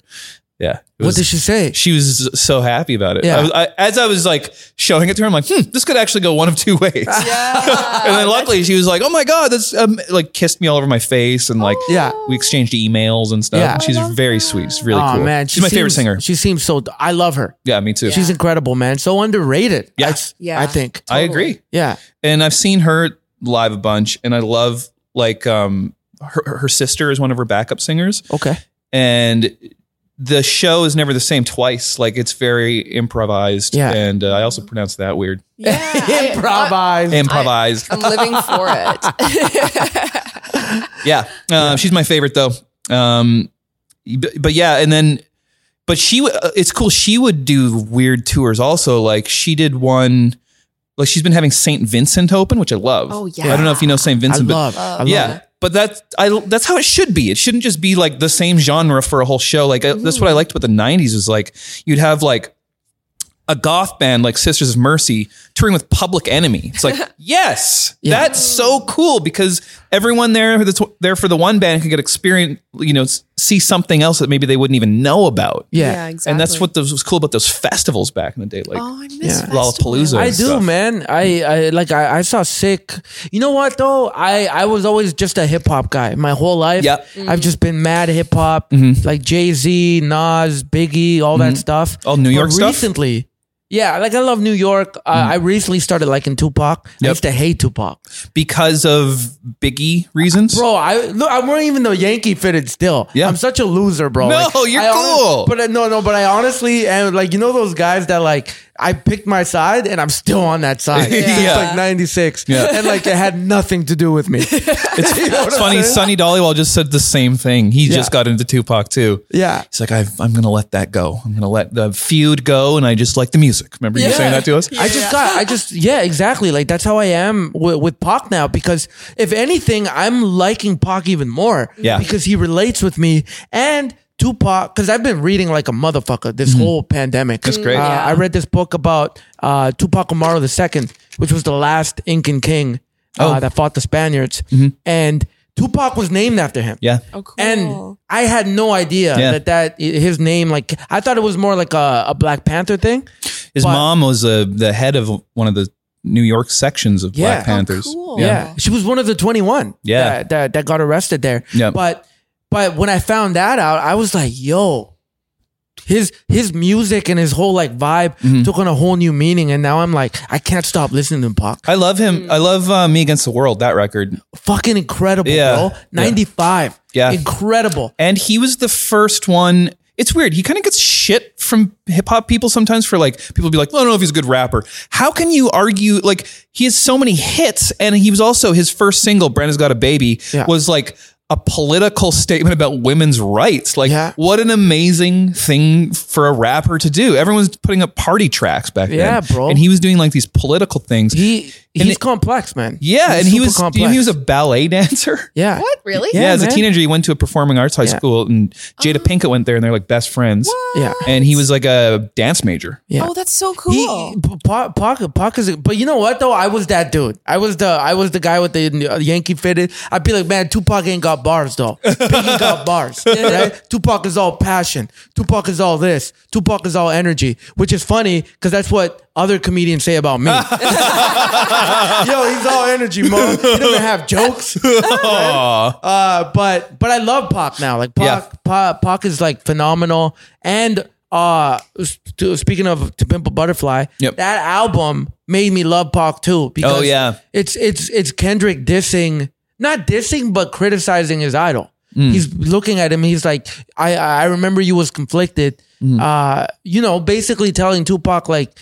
Yeah. It What was- did she say? she was so happy about it. Yeah. I was, I, as I was like showing it to her, I'm like, hmm, this could actually go one of two [LAUGHS] ways. Yeah. and then luckily she was like, "Oh my god, that's um, like kissed me all over my face and like Oh. Yeah. we [LAUGHS] exchanged emails and stuff. Yeah. And she's I love very that. sweet. She's really Aw, cool. man, she's she my favorite seems- singer. She seems so. I love her. yeah, me too. She's incredible, man. So underrated. Yeah. I s- Yeah. I think. I agree. Yeah, And I've seen her live a bunch, and I love like um her, her sister is one of her backup singers, okay. and the show is never the same twice. Like it's very improvised. Yeah. and uh, I also pronounced that weird. [LAUGHS] yeah. I- Improvise. Improvised. I- I'm living for it. Yeah. Um, She's my favorite though. Um, but, but yeah, and then, but she, w- uh, it's cool. She would do weird tours also. Like she did one, like she's been having St. Vincent open, which I love. Oh, I don't know if you know St. I Vincent, but love. I love. yeah, but that's, I, that's how it should be. It shouldn't just be like the same genre for a whole show. Like uh, that's Mm. what I liked about the nineties was like, you'd have like, a goth band like Sisters of Mercy touring with Public Enemy. It's [LAUGHS] like, yes, that's so cool because everyone there that's there for the one band can get experience, you know, s- see something else that maybe they wouldn't even know about. Yeah. exactly. And that's what those, was cool about those festivals back in the day, like Oh, I miss Yeah. Lollapalooza. I and do, stuff. man. I, I like I, I saw sick. You know what though? I I was always just a hip hop guy my whole life. Yeah. Mm-hmm. I've just been mad hip hop, Mm-hmm. like Jay Z, Nas, Biggie, all that stuff. All Mm-hmm. Oh, New But York stuff? Mm-hmm. Recently, yeah, like I love New York. Uh, I recently started liking Tupac. I Yep. used to hate Tupac, because of Biggie reasons. bro. I look, I'm wearing even the Yankee fitted still. Yeah. I'm such a loser, bro. No, you're I hon- cool. but I- no, no, but I honestly am like you know those guys that like I picked my side and I'm still on that [LAUGHS] side. Yeah. It's like 96, Yeah. and like it had nothing to do [LAUGHS] with me. [LAUGHS] it's, it's funny. Sonny Dollywall just said the same thing. He just got into Tupac too. Yeah. He's like, I've, I'm going to let that go. I'm going to let the feud go. And I just like the music. Remember you saying that to us? I just got, I just, yeah, exactly. Like that's how I am with, with Pac now because if anything, I'm liking Pac even more. Yeah. Because he relates with me and Tupac, because I've been reading like a motherfucker this whole pandemic. That's Hmm. great. Uh, Yeah. I read this book about uh, Tupac Amaru II, which was the last Incan king uh, Oh. that fought the Spaniards. And Tupac was named after him. Mm-hmm. Yeah. Oh, cool. And I had no idea Yeah. that that his name like I thought it was more like a, a Black Panther thing. His But- mom was uh, the head of one of the New York sections of Yeah. Oh, Black Panthers. cool. Yeah. She was one of the 21 Yeah. that, that, that got arrested there. Yeah. But but when I found that out, I was like, yo, his his music and his whole like vibe Mm-hmm. took on a whole new meaning. And now I'm like, I can't stop listening to Pac. I love Hmm. him. I love uh, Me Against the World, that record. Fucking incredible, Yeah. bro. Yeah. 95. Yeah. Incredible. And he was the first one. It's weird. He kind of gets shit from hip hop people sometimes for like, people be like, well, I don't know if he's a good rapper. How can you argue? Like, he has so many hits. And he was also, his first single, Brenda's Got a Baby, Yeah. was like, a political statement about women's rights. Like, Yeah. what an amazing thing for a rapper to do. Everyone's putting up party tracks back Yeah, then. bro. And he was doing like these political things. He he's it- complex, man. Yeah, He's and he super was he was a ballet [LAUGHS] dancer. yeah. What? Really? Yeah, Yeah, as a man. teenager, he went to a performing arts high Yeah. school, and Jada Pinkett went there, and they're like best friends. Yeah. And he was like a dance major. Yeah. Oh, that's so cool. He, P- Pac, Pac, Pac is, but you know what though? I was that dude. I was the, I was the guy with the uh, Yankee fitted. I'd be like, man, Tupac ain't got bars though. Biggie got bars. Right? Tupac is all passion. Tupac is all this. Tupac is all energy, which is funny because that's what other comedians say about me. [LAUGHS] Yo, he's all energy, mo. He [LAUGHS] doesn't have jokes. Uh, but but I love Pac now. Like Pac, Yeah. Pac, Pac is like phenomenal. And uh, s- to- speaking of To Pimp a Butterfly, Yep. that album made me love Pac too. Because Oh, yeah. it's it's it's Kendrick dissing, not dissing, but criticizing his idol. Mm. He's looking at him. He's like, I I remember you was conflicted. Mm. Uh, you know, basically telling Tupac like.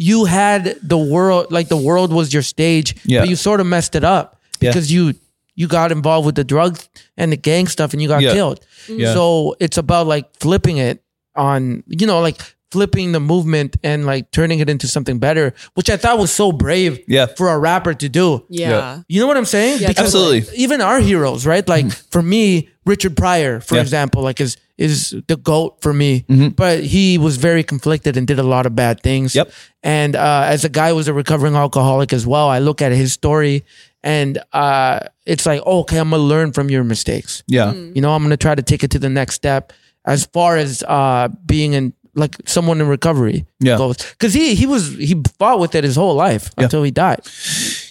You had the world, like the world was your stage, Yeah. but you sort of messed it up Yeah. because you you got involved with the drugs and the gang stuff and you got Yeah. killed. Yeah. So it's about like flipping it on, you know, like flipping the movement and like turning it into something better, which I thought was so brave Yeah. for a rapper to do. yeah. Yeah. You know what I'm saying? Yeah, Absolutely. Mm-hmm. Even our heroes, right? Like for me, Richard Pryor, for Yeah. Mm-hmm. example, like is is the goat for me. But he was very conflicted and did a lot of bad things. Yep. And uh, as a guy who was a recovering alcoholic as well, I look at his story and uh, it's like, oh, okay, I'm gonna learn from your mistakes. Yeah. Mm-hmm. You know, I'm gonna try to take it to the next step as far as uh, being in like someone in recovery Yeah. goes. Because he he was he fought with it his whole life until he died.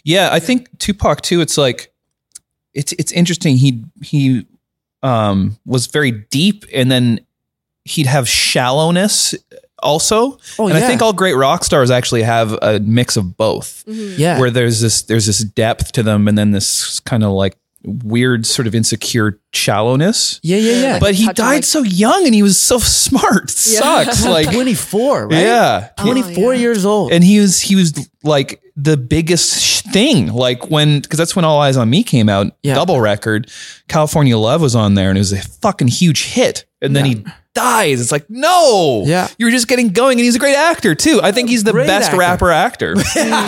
Yeah, I think Tupac too. It's like it's it's interesting. He he um was very deep, and then he'd have shallowness also. Oh, and I yeah. think all great rock stars actually have a mix of both, Mm-hmm. Yeah. where there's this there's this depth to them, and then this kind of like weird sort of insecure shallowness. yeah, yeah, [LAUGHS] yeah. But he touch on, died like- so young, and he was so smart. It Yeah. [LAUGHS] Sucks. Like 24, right? yeah. 24 yeah. years old. and he was he was like the biggest sh- thing like when because that's when all eyes on me came out Yeah. double record california love was on there and it was a fucking huge hit and then he dies it's like no Yeah. you were just getting going and he's a great actor too i think he's the Great best actor. rapper [LAUGHS] actor [LAUGHS]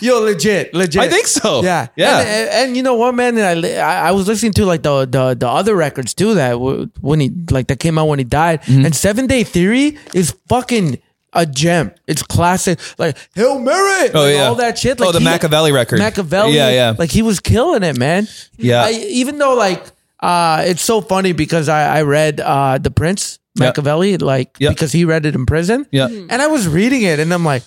Yo, legit, legit. i think so Yeah, yeah And, and, and you know what, man? I, li- I I was listening to like the the, the other records too that w- when he like that came out when he died. Mm-hmm. And Seven Day Theory is fucking a gem. It's classic, like Hail Mary, Oh, like, yeah. all that shit. Oh, Like the he- Machiavelli record. Machiavelli. Yeah, yeah. Like he was killing it, man. Yeah. I, even though like uh, it's so funny because I I read uh the Prince Yeah. Machiavelli like Yeah. because he read it in prison. [LAUGHS] Yeah. Mhm. and I was reading it and I'm like.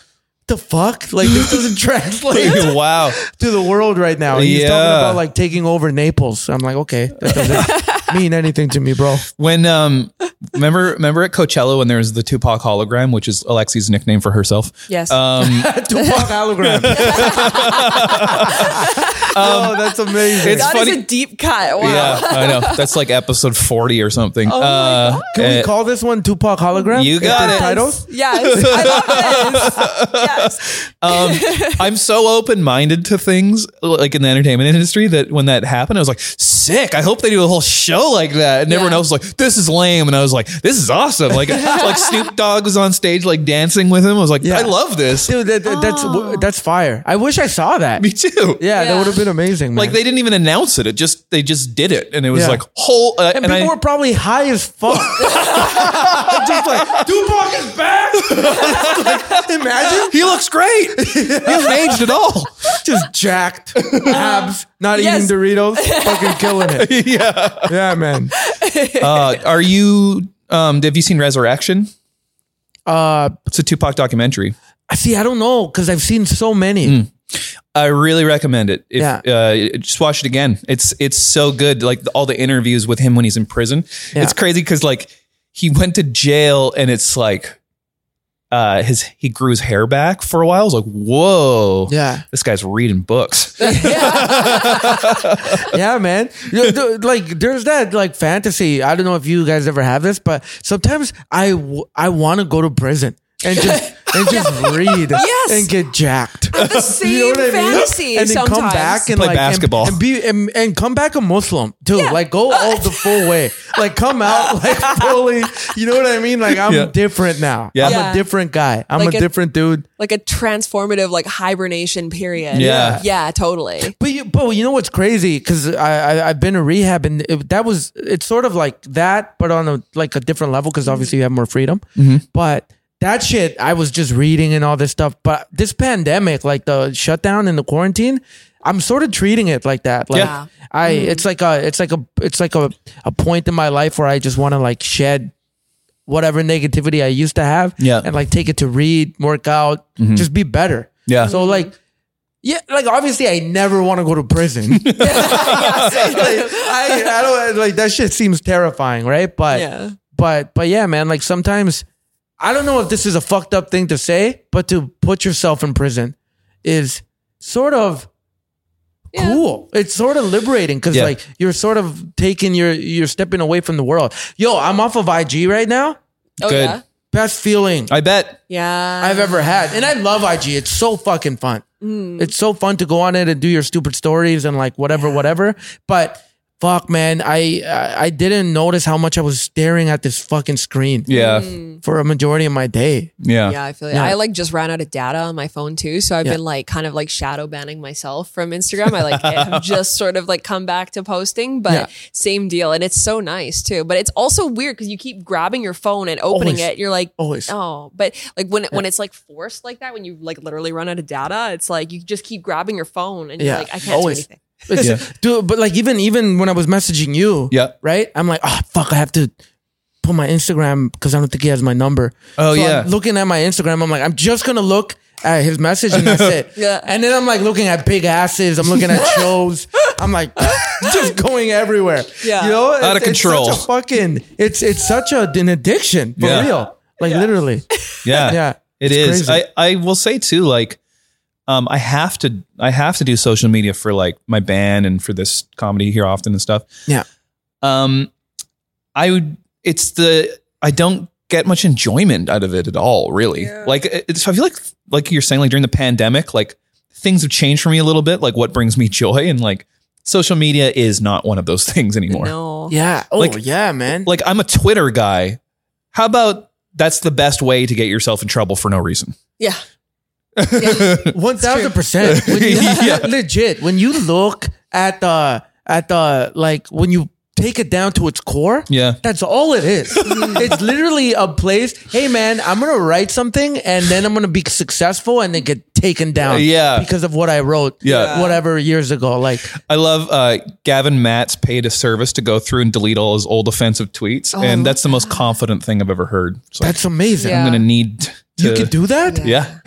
The fuck? Like this [LAUGHS] doesn't translate [LAUGHS] wow to the world right now. And He's Yeah. talking about like taking over Naples. I'm like, okay, [LAUGHS] that doesn't mean anything to me, bro. when um remember remember at coachella when there was the tupac hologram which is alexi's nickname for herself Yes. um [LAUGHS] Tupac [LAUGHS] hologram. oh, that's amazing. it's That is funny- a deep cut. [LAUGHS] Wow. yeah i know that's like episode 40 or something oh uh Can we uh, call this one Tupac hologram? You If got there's it. Titles? Yes. I love this. Yes. Um, I'm so open minded to things like in the entertainment industry that when that happened, I was like, sick. I hope they do a whole show like that. And everyone Yeah. else was like, this is lame. And I was like, this is awesome. [LAUGHS] Like, like Snoop Dogg was on stage, like dancing with him. I was like, Yeah. I love this. Dude, that, that- that's that's fire. I wish I saw that. [LAUGHS] Me too. Yeah, that Yeah. would have been amazing. Like man. they didn't even announce it. It just, they just did it. And it was Yeah. like whole, uh, and, and people I- were probably high as fuck. Just like Tupac is back. Like, [LAUGHS] [LAUGHS] imagine he looks great. [LAUGHS] he hasn't aged at all. [LAUGHS] just jacked abs, not Yes. eating [LAUGHS] Doritos, fucking killing it. Yeah, yeah, man. Uh, are you, um, have you seen Resurrection? Uh, It's a Tupac documentary. see, I don't know because I've seen so many. I really recommend it. If, Yeah. uh, just watch it again. It's it's so good. Like all the interviews with him when he's in prison. Yeah. It's crazy because like he went to jail and it's like uh, his he grew his hair back for a while. I was like, whoa, Yeah, this guy's reading books. [LAUGHS] yeah, man. You know, th- like, there's that like fantasy. I don't know if you guys ever have this, but sometimes I w- I want to go to prison and just and [LAUGHS] just read Yes. and get [LAUGHS] jacked. the same fantasy and then sometimes. come back and Play like and- basketball. and, be and, and come back a Muslim too. Like go Uh, all the full way. Like come out [LAUGHS] like fully. You know what I mean? Like I'm Yeah. different now. Yeah. I'm Yeah. a different guy. I'm Like a it- different dude. like a transformative like hibernation period. Yeah. Yeah, totally. But you, but you know what's crazy? Because I, I I've been in rehab and it, that was it's sort of like that, but on a like a different level because obviously you have more freedom. Mm-hmm. But that shit, I was just reading and all this stuff. But this pandemic, like the shutdown and the quarantine, I'm sort of treating it like that. Like Yeah. I, it's like a, it's like a, it's like a, a point in my life where I just want to like shed whatever negativity I used to have Yeah. Mm-hmm. and like take it to read, work out, just be better. Yeah. So like, yeah, like obviously I never want to go to prison. [LAUGHS] like, I, I don't like that shit seems terrifying, right? But Yeah. but but yeah, man, like sometimes I don't know if this is a fucked up thing to say, but to put yourself in prison is sort of cool. It's sort of liberating because Yeah. like you're sort of taking your you're stepping away from the world. Yo, I'm off of IG right now. Oh Good. yeah. Best feeling I bet. Yeah. I've ever had. And I love IG. It's so fucking fun. It's so fun to go on it and do your stupid stories and like whatever, whatever. But fuck, man, I I I didn't notice how much I was staring at this fucking screen Yeah. for a majority of my day. Yeah. Yeah, I feel like Yeah. I like just ran out of data on my phone too, so I've Yeah. been like kind of like shadow banning myself from Instagram. I [LAUGHS] like have just sort of like come back to posting, but Yeah. same deal, and it's so nice too. But it's also weird because you keep grabbing your phone and opening Always. it. You're like, Always. oh, but like when when it's like forced like that, when you like literally run out of data, it's like you just keep grabbing your phone and you're Yeah. like, I can't Always. do anything. It's- Yeah. Dude, but like even even when I was messaging you, Yeah. right? I'm like, oh fuck, I have to put my Instagram because I don't think he has my number. Oh, So I'm yeah. looking at my Instagram, I'm like, I'm just gonna look at his message [LAUGHS] and that's it. Yeah. And then I'm like looking at big asses. I'm looking [LAUGHS] at shows. I'm like, [LAUGHS] just going everywhere. Yeah. You know, It's- Out of it's control. such a fucking. It's it's such a, an addiction for Yeah. real. Like literally. Yeah. Yeah. It It's is. crazy. I, I will say too, like, um, I have to I have to do social media for like my band and for this comedy here often and stuff. Yeah. Um, I would. It's the I don't get much enjoyment out of it at all. Really. Yeah. Like, it's, I feel like like you're saying like during the pandemic, like things have changed for me a little bit. Like what brings me joy and like social media is not one of those [LAUGHS] things anymore. No. Yeah. Oh Like- yeah, man. Like I'm a Twitter guy. How about that's the best way to get yourself in trouble for no reason? Yeah. One thousand [LAUGHS] percent. When you- Legit. When you look at the at the like when you take it down to its core, Yeah. that's all it is. it's literally a place. Hey man, I'm gonna write something and then I'm gonna be successful and then get taken down. Yeah. Because of what I wrote. Yeah. Whatever years ago. Like I love uh, Gavin Matz paid a service to go through and delete all his old offensive tweets, and that's the most confident thing I've ever heard. It's like, Oh that's amazing. I'm Yeah. gonna need to, You could do that? yeah,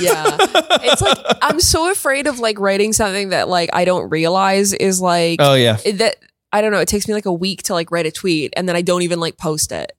Yeah. It's like I'm so afraid of like writing something that like I don't realize is like oh [LAUGHS] yeah, it- that I don't know. It takes me like a week to like write a tweet, and then I don't even like post it.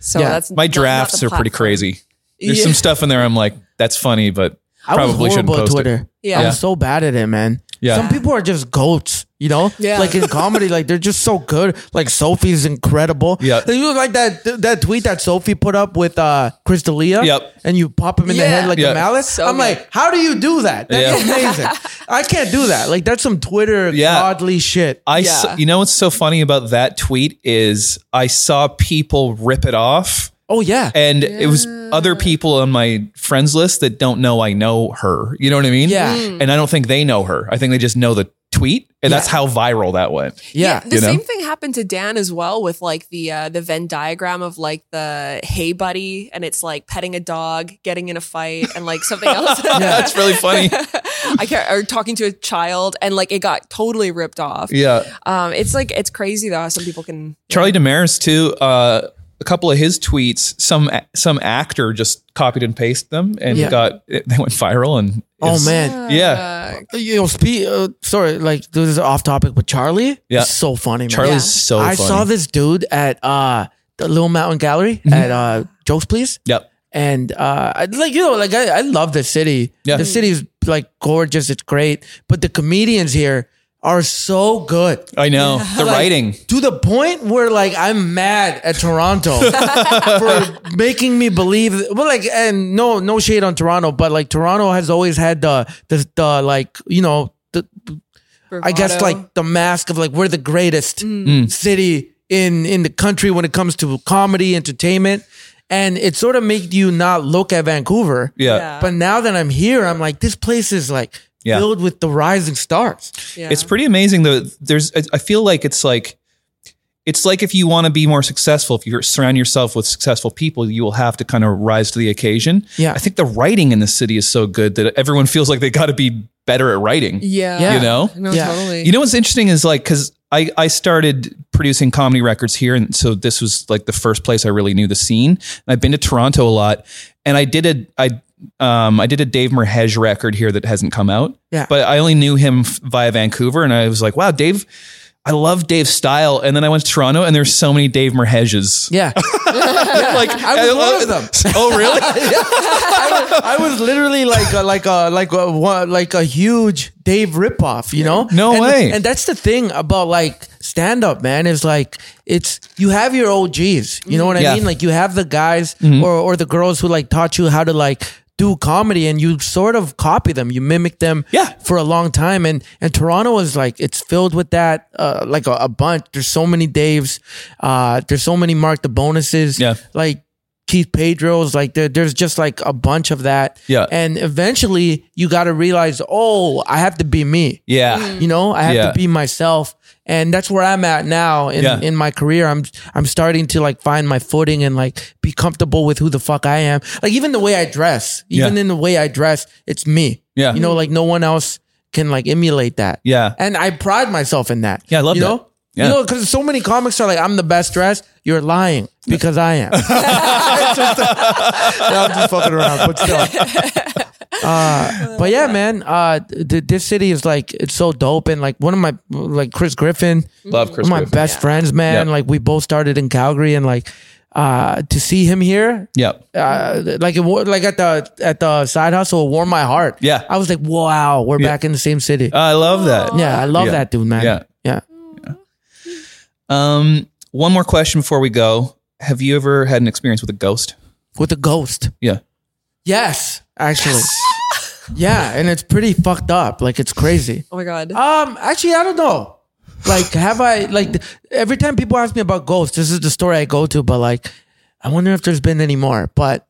So Yeah. that's my not- not drafts the are pretty platform. crazy. There's Yeah. some stuff in there I'm like, that's funny, but I probably was shouldn't horrible at post Twitter. it. Yeah. I'm so bad at it, man. Yeah. Some people are just goats, you know? Yeah. Like in comedy, like they're just so good. Like Sophie's incredible. Yeah. They do like that that tweet that Sophie put up with uh Chris D'Elia. Yep. And you pop him in the Yeah. head like Yeah. a mallet. So I'm good. like, how do you do that? That's Yeah. amazing. I can't do that. Like that's some Twitter [LAUGHS] Yeah. godly shit. I s- Yeah. you know what's so funny about that tweet is I saw people rip it off, oh yeah. and it was other people on my friends list that don't know I know her. You know what I mean? Yeah. And I don't think they know her. I think they just know the tweet, and that's how viral that went. yeah. The You know? same thing happened to Dan as well with like the uh, the Venn diagram of like the hey buddy, and it's like petting a dog, getting in a fight, and [LAUGHS] like something else. [LAUGHS] That's really [LAUGHS] funny. I can't or talking to a child, and like it got totally ripped off. Yeah. Um, it's like it's crazy though. how Some people can. Charlie Damaris too. Uh, a couple of his tweets, some some actor just copied and pasted them and Yeah. got it- they went viral and Oh it's- Uh, man. yeah. You know, spe- uh, sorry, like this is off topic, but Charlie Yeah. is so funny, man. Charlie's Yeah. so I funny. saw this dude at uh the Little Mountain Gallery Mm-hmm. at uh Joe's Please. Yep. And uh I, like you know, like I, I love the city. Yeah. The city's like gorgeous, it's great. But the comedians here are so good. I [LAUGHS] know the Like, writing. to the point where like I'm mad at Toronto [LAUGHS] for making me believe. Well, like and no, no shade on Toronto, but like Toronto has always had the the, the like you know the, I guess Bravado. like the mask of like we're the greatest Mm. city in in the country when it comes to comedy entertainment, and it sort of made you not look at Vancouver. Yeah. Yeah. But now that I'm here, I'm like this place is like Yeah. filled with the rising stars. Yeah. it's pretty amazing though. There's I- I feel like it's like it's like if you want to be more successful, if you surround yourself with successful people, you will have to kind of rise to the occasion. Yeah. I think the writing in the city is so good that everyone [LAUGHS] feels like they got to be better at writing. yeah. Yeah. You know, No, Yeah. totally. You know what's interesting is like because I I started producing comedy records here, and so this was like the first place I really knew the scene. And I've been to Toronto a lot, and I did a I um I did a Dave Merhej record here that hasn't come out. Yeah. but I only knew him f- via Vancouver, and I was like, wow, Dave. I love Dave's style, and then I went to Toronto, and there's so many Dave [LAUGHS] Merheges. Yeah. like I was one of them. [LAUGHS] Oh, [LAUGHS] really? I was literally like a, like a like a one- like a huge Dave ripoff, you know? No and, way. And that's the thing about like stand up, man. Is like it's you have your OGs, you know what I Yeah. Mm-hmm. mean? Like you have the guys or or the girls who like taught you how to like do comedy and you sort of copy them you mimic them Yeah. for a long time and and toronto is like it's filled with that uh like a, a bunch there's so many daves uh there's so many mark the bonuses Yeah. like Keith Pedro's, like there, there's just like a bunch of that. Yeah. And eventually you got to realize, oh, I have to be me. yeah, You know, I have Yeah. to be myself. And that's where I'm at now in, Yeah. in my career. I'm I'm starting to like find my footing and like be comfortable with who the fuck I am. Like even the way I dress, even Yeah. in the way I dress, it's me. Yeah. You know, like no one else can like emulate that. Yeah. And I pride myself in that. Yeah, I love you that. Know? Yeah. You know, because so many comics are like, I'm the best dressed. You're lying because I [LAUGHS] am. [LAUGHS] It's just- [LAUGHS] No, I'm just fucking around, but still. Uh, but yeah, man, uh, th- this city is like, it's so dope. And like one of my, like Chris Griffin, love Chris. one of my Griffin. best friends, man. Yeah. Like we both started in Calgary and like, uh, to see him here, Yeah, uh, like it, wa- like at the at the side hustle, it warmed my heart. Yeah. I was like, wow, we're back in the same city. I love that. yeah, I love Yeah. that dude, man. Yeah. yeah. Um, one more question before we go. Have you ever had an experience with a ghost? with a ghost. Yeah. Yes, actually. [LAUGHS] yeah, and it's pretty fucked up. Like it's crazy. oh [LAUGHS] my god. Um, actually, I don't know. Like, have I like th- every time people ask me about ghosts, this is the story I go to. But like, I wonder if there's been any more. But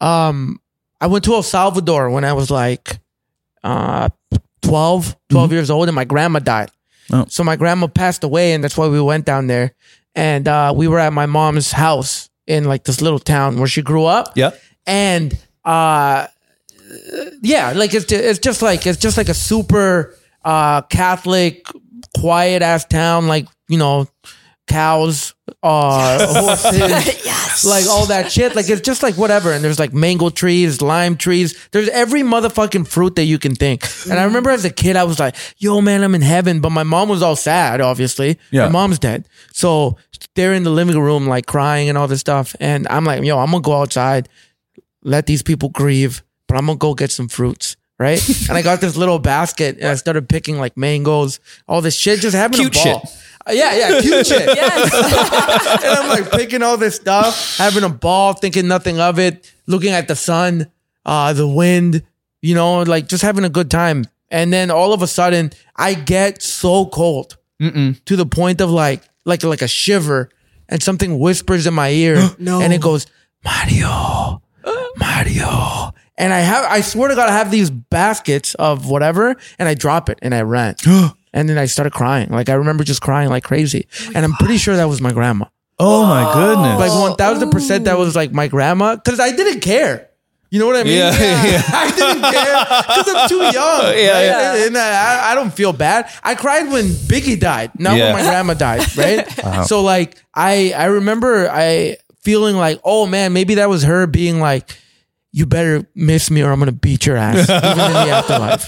um, I went to El Salvador when I was like uh 12, 12 years old, and my grandma died. Oh. So my grandma passed away, and that's why we went down there. And uh, we were at my mom's house in like this little town where she grew up Yeah. and uh yeah like it's just, it's just like it's just like a super uh catholic quiet ass town like you know cows uh horses like all that shit like it's just like whatever and there's like mango trees lime trees there's every motherfucking fruit that you can think and i remember as a kid i was like yo man i'm in heaven but my mom was all sad obviously Yeah. my mom's dead so they're in the living room like crying and all this stuff and i'm like yo i'm gonna go outside let these people grieve, but I'm gonna go get some fruits. [LAUGHS] Right. and I got this little basket and I started picking like mangoes, all this shit just happened Cute to ball. shit. Uh, yeah, yeah, [LAUGHS] cute shit. yes. [LAUGHS] And I'm like picking all this stuff, having a ball, thinking nothing of it, looking at the sun, uh, the wind, you know, like just having a good time. And then all of a sudden, I get so cold to the point of like, like, like a shiver, and something whispers in my ear, and it goes, Mario, Mario. And I have, I swear to God, I have these baskets of whatever, and I drop it and I ran. and then I started crying. Like I remember just crying like crazy. and I'm pretty sure that was my grandma. Oh my goodness. Like one thousand percent, that was like my grandma because I didn't care. You know what I mean? Yeah, yeah. I didn't care because I'm too young. [LAUGHS] Yeah, right? yeah. And, and I, I don't feel bad. I cried when Biggie died, not Yeah. Uh-huh. when my [LAUGHS] grandma died. Right? So like, I I remember I feeling like, oh man, maybe that was her being like, you better miss me or I'm gonna beat your ass even in [LAUGHS] the afterlife.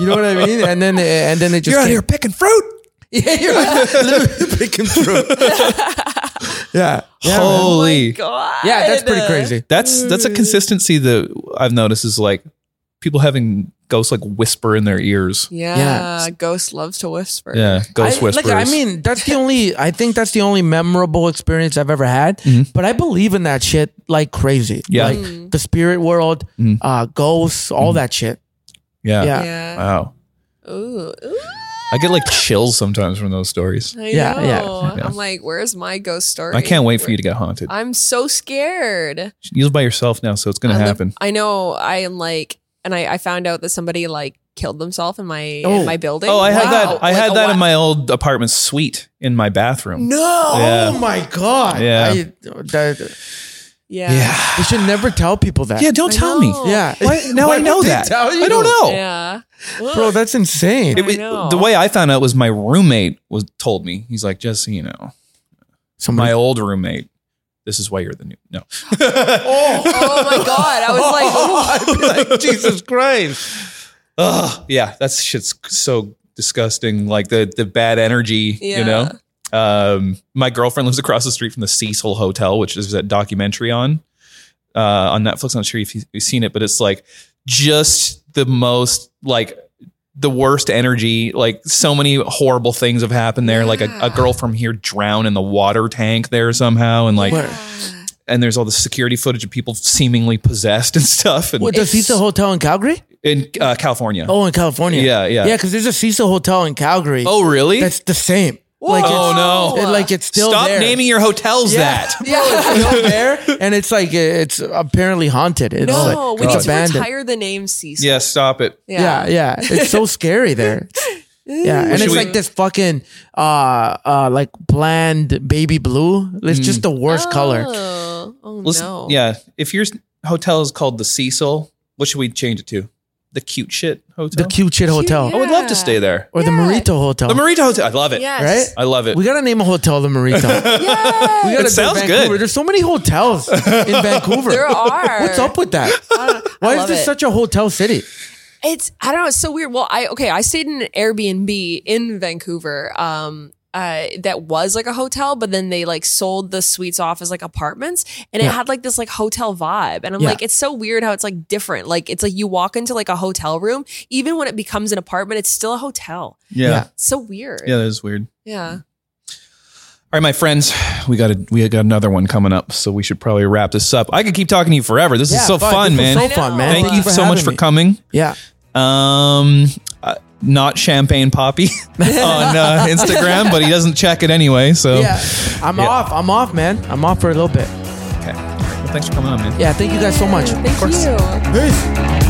You know what I mean? And then and then it just You're out came- here picking fruit. yeah, you're literally picking through. yeah. Yeah, man. Holy. Oh god. [LAUGHS] yeah, that's pretty crazy. that's that's a consistency that I've noticed is like people having ghosts like whisper in their ears. Yeah, Yeah. Ghost loves to whisper. Yeah, ghost I, whispers. like, I mean, that's [LAUGHS] the only. I think that's the only memorable experience I've ever had. But I believe in that shit like crazy. Mm-hmm. Yeah. Mm-hmm. like the spirit world, uh, ghosts, all that shit. yeah. Yeah. Yeah. Wow. Ooh. Ooh. I get like chills sometimes from those stories. I Yeah, know. yeah, yeah. I'm like, where's my ghost story? I can't wait for you to get haunted. I'm so scared. You live by yourself now, so it's gonna I live- happen. I know. I am like, and I, I found out that somebody like killed themselves in my Oh. in my building. Oh, I had Wow. that. I Like had a that in wa- my old apartment suite in my bathroom. No, Yeah. oh my god. Yeah. I, that, Yeah. Yeah. you should never tell people that. Yeah. Don't I tell me. know. [LAUGHS] yeah. [LAUGHS] Why, now Why I know would they that. tell you? I don't know. Yeah. bro. That's insane. It was- know. the way I found out was my roommate was told me. He's like, just so you know, Somebody- my old roommate. This is why you're the new. No, [LAUGHS] Oh my god! [LAUGHS] I was like, [LAUGHS] oh. Jesus Christ. Ugh, yeah, that shit's so disgusting. Like the the bad energy, Yeah. you know. Um, my girlfriend lives across the street from the Cecil Hotel, which is that documentary on uh, on Netflix. I'm not sure if you- you've seen it, but it's like just the most like the worst energy. Like so many horrible things have happened there. Like a, a girl from here drowned in the water tank there somehow, and like Where? and there's all the security footage of people seemingly possessed and stuff. And What, the Cecil Hotel in Calgary? in uh, California. Oh, in California. Yeah, yeah. Yeah, because there's a Cecil Hotel in Calgary. Oh, really? that's the same. Like it's, Oh, it- like it's still Stop there. naming your hotels Yeah. [LAUGHS] that. [LAUGHS] [LAUGHS] Yeah. Still there, and it's like uh, it's apparently haunted. It's like, No, we it's need to abandoned. retire the name Cecil. Yeah, stop it. Yeah, yeah. It's so scary [LAUGHS] there. Yeah, and Should it's we- like this fucking uh uh like bland baby blue. It's just the worst color. Mm. Oh, oh Listen, no. Yeah, if your s- hotel is called the Cecil, what should we change it to? The cute shit hotel. The cute shit hotel I would love to Yeah. stay there. or the Yeah. Marito hotel. The Marita Hotel. I love it. Yes. I love it. [LAUGHS] we gotta name a hotel the Marito. Yes. We gotta do sounds good. Vancouver. There's so many hotels in [LAUGHS] Vancouver. There are. What's up with [LAUGHS] that? Why is love this it. such a hotel city? It's I don't know. It's so weird. Well, I okay. I stayed in an Airbnb in Vancouver. Um. Uh, that was like a hotel, but then they like sold the suites off as like apartments, and it Yeah. had like this like hotel vibe. And I'm Yeah. like, it's so weird how it's like different. Like it's like you walk into like a hotel room, even when it becomes an apartment, it's still a hotel. yeah. It's so weird. Yeah, that is weird. yeah. All right, my friends, we got a, we got another one coming up, so we should probably wrap this up. I could keep talking to you forever. This Yeah, is so fuck, fun, this was man. So fun, man. Thank, you for so much having for me. coming. Yeah. Um, uh, not champagne poppy [LAUGHS] on [LAUGHS] uh, Instagram, but he doesn't check it anyway. So Yeah. I'm Yeah. off. I'm off, man. I'm off for a little bit. okay. Well, thanks for coming on, man. Yeah, thank you guys so much. Thank you. Peace.